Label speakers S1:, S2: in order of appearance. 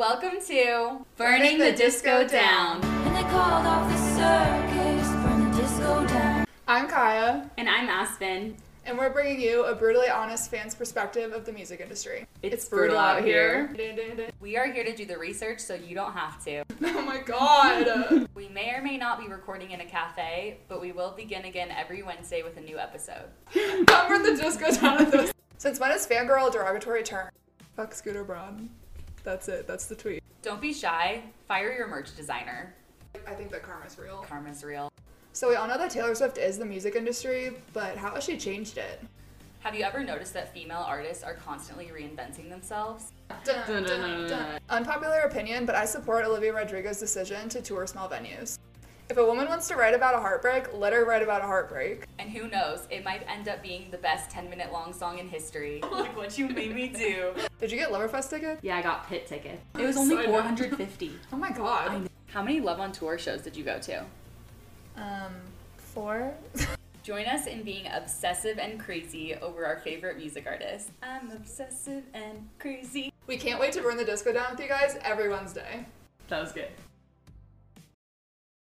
S1: Welcome to Burning the Disco Down.
S2: And they called off the circus, burn the disco down.
S3: I'm Kaya,
S1: And I'm Aspen.
S3: and we're bringing you a brutally honest fan's perspective of the music industry.
S1: It's brutal out here.
S3: here.
S1: We are here to do the research so you don't have to.
S3: Oh my god.
S1: We may or may not be recording in a cafe, but we will begin again every Wednesday with a new episode.
S3: Cover the disco down with those. Since when is fangirl a derogatory term? Fuck Scooter Braun. That's it. That's the tweet.
S1: Don't be shy, fire your merch designer.
S3: I think that karma's real.
S1: Karma's real.
S3: So we all know that Taylor Swift is the music industry, but how has she changed it?
S1: Have you ever noticed that female artists are constantly reinventing themselves?
S3: Dun, dun, dun, dun. Unpopular opinion, but I support Olivia Rodrigo's decision to tour small venues. If a woman wants to write about a heartbreak, let her write about a heartbreak.
S1: And who knows, it might end up being the best 10 minute long song in history. Like what you made me do.
S3: Did you get Loverfest ticket?
S1: Yeah, I got pit ticket. It
S3: was only
S1: 450.
S3: Oh my god.
S1: How many Love on Tour shows did you go to?
S3: Um, four.
S1: Join us in being obsessive and crazy over our favorite music artists. I'm obsessive and crazy.
S3: we can't wait to burn the disco down with you guys every Wednesday.
S4: That was good.